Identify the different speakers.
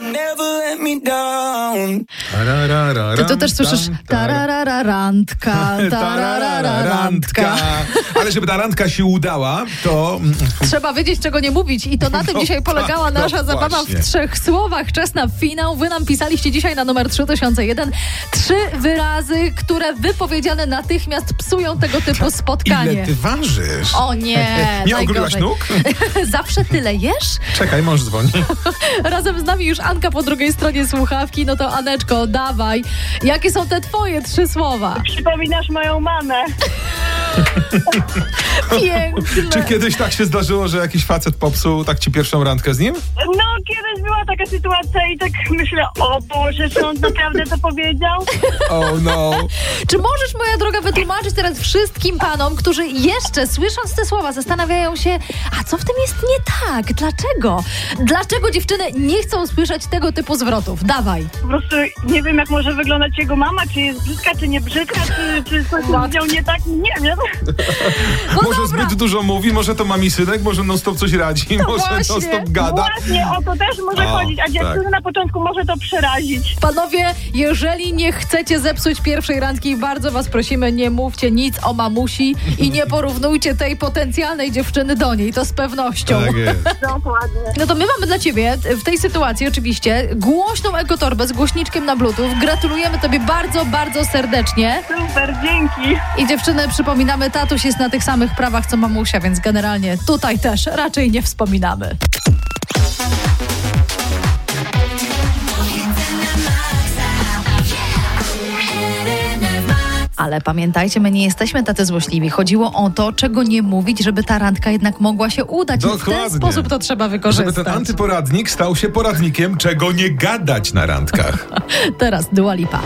Speaker 1: never let me down.
Speaker 2: Tararara,
Speaker 3: To, to też
Speaker 2: tam,
Speaker 3: słyszysz
Speaker 2: tam, tarara.
Speaker 3: tararara randka, tararara randka.
Speaker 2: Ale żeby ta randka się udała, to mm,
Speaker 3: Trzeba wiedzieć, czego nie mówić. I to na tym
Speaker 2: No
Speaker 3: dzisiaj
Speaker 2: tak,
Speaker 3: polegała
Speaker 2: no
Speaker 3: nasza zabawa
Speaker 2: właśnie.
Speaker 3: w trzech słowach. Czas na finał. Wy nam pisaliście dzisiaj na numer 3001 trzy wyrazy, które wypowiedziane natychmiast psują tego typu
Speaker 2: Tak. ile
Speaker 3: spotkanie.
Speaker 2: ty ważysz?
Speaker 3: O nie,
Speaker 2: Nie ogryłaś
Speaker 3: najgorzej.
Speaker 2: nóg?
Speaker 3: Zawsze tyle jesz?
Speaker 2: Czekaj, mąż dzwoni.
Speaker 3: Razem z nami już Anka po drugiej stronie słuchawki. No to Aneczko, dawaj. Jakie są te twoje trzy słowa?
Speaker 4: Przypominasz moją mamę.
Speaker 2: Czy
Speaker 3: Piękne.
Speaker 2: kiedyś tak się zdarzyło, że jakiś facet popsuł tak ci pierwszą randkę z nim?
Speaker 4: No, kiedyś była taka sytuacja i tak myślę, o Boże, czy on naprawdę to powiedział?
Speaker 2: Oh no.
Speaker 3: Czy możesz, moja droga, wytłumaczyć teraz wszystkim panom, którzy jeszcze słysząc te słowa zastanawiają się, a co w tym jest nie tak? Dlaczego? Dlaczego dziewczyny nie chcą słyszeć tego typu zwrotów? Dawaj.
Speaker 4: Po prostu nie wiem, jak może wyglądać jego mama, czy jest brzydka, czy nie brzydka, czy, czy coś powiedział nie tak, nie wiem.
Speaker 3: No
Speaker 2: Może
Speaker 3: dobra.
Speaker 2: zbyt dużo mówi, może to ma misynek, może non-stop coś radzi, może
Speaker 3: właśnie.
Speaker 2: non-stop gada.
Speaker 4: Właśnie, o to też może
Speaker 2: O,
Speaker 4: chodzić, a dziewczyny
Speaker 2: tak.
Speaker 4: na początku może to przerazić.
Speaker 3: Panowie, jeżeli nie chcecie zepsuć pierwszej randki, bardzo was prosimy, nie mówcie nic o mamusi i nie porównujcie tej potencjalnej dziewczyny do niej, to z pewnością.
Speaker 2: Tak jest.
Speaker 4: Dokładnie.
Speaker 3: No to my mamy dla ciebie t- w tej sytuacji oczywiście głośną ekotorbę z głośniczkiem na bluetooth. Gratulujemy tobie bardzo, bardzo serdecznie.
Speaker 4: Super, dzięki.
Speaker 3: I dziewczyny, przypominamy, tatuś jest na tych samych prawach co mamusia, więc generalnie tutaj też raczej nie wspominamy. Ale pamiętajcie, my nie jesteśmy tacy złośliwi. Chodziło o to, czego nie mówić, żeby ta randka jednak mogła się udać. I W ten
Speaker 2: Dokładnie.
Speaker 3: sposób to trzeba
Speaker 2: Żeby
Speaker 3: wykorzystać.
Speaker 2: ten antyporadnik stał się poradnikiem, czego nie gadać na randkach.
Speaker 3: Teraz Dua Lipa.